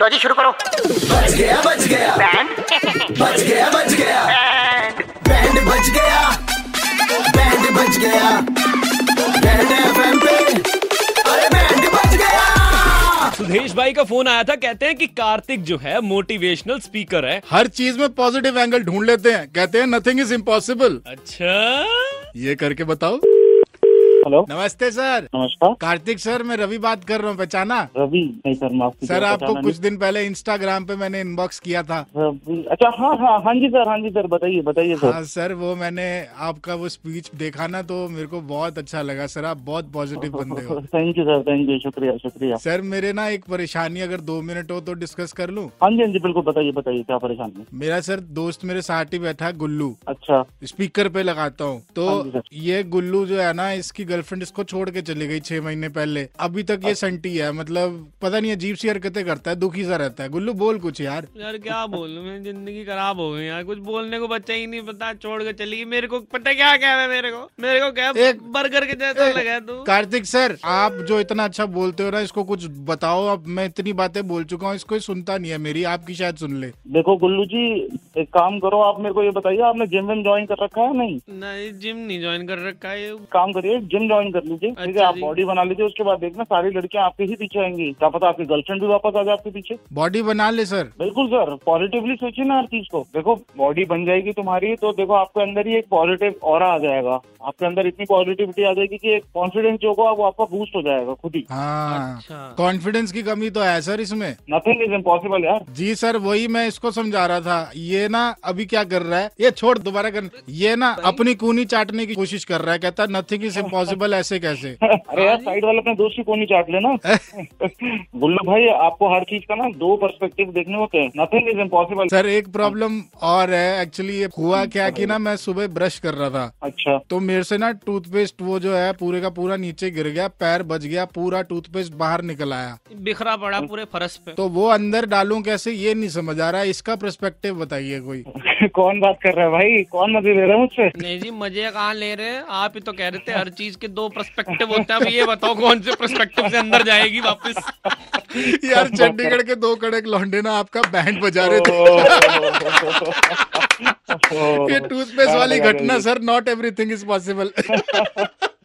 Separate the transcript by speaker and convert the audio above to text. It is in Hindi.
Speaker 1: लो जी शुरू करो
Speaker 2: बच गया बच गया
Speaker 1: बैंड
Speaker 2: बच गया बच गया बैंड बच गया बैंड बच गया बैंड एफएम पे अरे बैंड बच गया
Speaker 3: सुधेश भाई का फोन आया था कहते हैं कि कार्तिक जो है मोटिवेशनल स्पीकर है
Speaker 4: हर चीज में पॉजिटिव एंगल ढूंढ लेते हैं कहते हैं नथिंग इज इम्पॉसिबल
Speaker 3: अच्छा
Speaker 4: ये करके बताओ
Speaker 5: हेलो
Speaker 4: नमस्ते सर
Speaker 5: नमस्कार
Speaker 4: कार्तिक सर मैं रवि बात कर रहा हूँ पहचाना
Speaker 5: रवि नहीं सर माफ कीजिए,
Speaker 4: सर आपको
Speaker 5: पहचाना
Speaker 4: कुछ दिन पहले इंस्टाग्राम पे मैंने इनबॉक्स किया था
Speaker 5: नहीं। रवि अच्छा हाँ हाँ हाँ जी सर हाँ जी सर बताइए बताइए सर
Speaker 4: हाँ सर वो मैंने आपका वो स्पीच देखा ना तो मेरे को बहुत अच्छा लगा सर आप बहुत पॉजिटिव बंदे हो
Speaker 5: thank you sir thank you शुक्रिया शुक्रिया
Speaker 4: सर मेरे ना एक परेशानी अगर दो मिनट हो तो डिस्कस कर लूं
Speaker 5: हाँ जी हाँ जी बिल्कुल बताइए बताइए क्या परेशानी है
Speaker 4: मेरा सर दोस्त मेरे साथ ही बैठा है गुल्लू
Speaker 5: अच्छा
Speaker 4: स्पीकर पे लगाता हूँ
Speaker 5: हाँ जी,
Speaker 4: तो
Speaker 5: सर।
Speaker 4: ये गुल्लू जो है ना इसकी गर्लफ्रेंड इसको छोड़ के चली गई छह महीने पहले अभी तक ये संटी है मतलब पता नहीं अजीब सी हरकतें करता है दुखी सा रहता है गुल्लू बोल कुछ यार
Speaker 3: यार क्या बोलूं मैं जिंदगी खराब हो गई यार कुछ बोलने को बच्चा ही नहीं पता छोड़ के चली गई। मेरे को पता क्या क्या है मेरे को मेरे को क्या
Speaker 4: एक-
Speaker 3: बर्गर के जैसा
Speaker 4: एक-
Speaker 3: लगा तू
Speaker 4: कार्तिक सर आप जो इतना अच्छा बोलते हो ना इसको कुछ बताओ अब मैं इतनी बातें बोल चुका हूँ इसको ही सुनता नहीं है मेरी आपकी शायद सुन ले
Speaker 5: देखो गुल्लू जी एक काम करो आप मेरे को ये बताइए आपने जिम विम ज्वाइन कर रखा है नहीं
Speaker 3: नहीं जिम नहीं ज्वाइन कर रखा है ये।
Speaker 5: काम करिए जिम ज्वाइन कर लीजिए ठीक है
Speaker 3: अच्छा
Speaker 5: आप
Speaker 3: जी।
Speaker 5: बॉडी बना लीजिए उसके बाद देखना सारी लड़कियां आपके ही पीछे आएंगी क्या पता आपकी गर्लफ्रेंड भी वापस आ जाए आपके पीछे
Speaker 4: बॉडी बना ले सर
Speaker 5: बिल्कुल सर पॉजिटिवली सोचिए ना हर चीज को देखो बॉडी बन जाएगी तुम्हारी तो देखो आपके अंदर ही एक पॉजिटिव और आ जाएगा आपके अंदर इतनी पॉजिटिविटी आ जाएगी कि एक कॉन्फिडेंस जो होगा वो आपका बूस्ट हो जाएगा खुद ही
Speaker 3: अच्छा।
Speaker 4: हाँ कॉन्फिडेंस की कमी तो है सर इसमें
Speaker 5: नथिंग इज इम्पॉसिबल यार
Speaker 4: जी सर वही मैं इसको समझा रहा था ये ना अभी क्या कर रहा है ये छोड़ दोबारा कर ये ना अपनी कूनी चाटने की कोशिश कर रहा है कहता नथिंग इज इम्पॉसिबल ऐसे कैसे
Speaker 5: अरे यार साइड वाले अपने दोस्त की कोनी चाट लेना गुल्लू भाई आपको हर चीज का ना दो पर्सपेक्टिव देखने होते हैं नथिंग इज इम्पॉसिबल
Speaker 4: सर एक प्रॉब्लम और है एक्चुअली ये हुआ क्या कि ना मैं सुबह ब्रश कर रहा था
Speaker 5: अच्छा
Speaker 4: तो मेरे से ना टूथपेस्ट वो जो है पूरे का पूरा नीचे गिर गया पैर बज गया पूरा टूथपेस्ट बाहर निकल आया
Speaker 3: बिखरा पड़ा पूरे फरस पे
Speaker 4: तो वो अंदर डालूं कैसे ये नहीं समझ आ रहा है इसका पर्सपेक्टिव बताइए कोई
Speaker 5: कौन बात कर रहा है भाई कौन मजे ले रहा है मुझसे
Speaker 3: नहीं जी मजे कहाँ ले रहे हैं आप ही तो कह रहे थे हर चीज के दो पर्सपेक्टिव होते हैं अब ये बताओ कौन से पर्सपेक्टिव से अंदर जाएगी वापस
Speaker 4: यार चंडीगढ़ के दो कड़क लौंडे ना आपका बैंड बजा रहे थे ये
Speaker 5: हाँ,
Speaker 4: टूथपेस्ट वाली घटना sir not everything is possible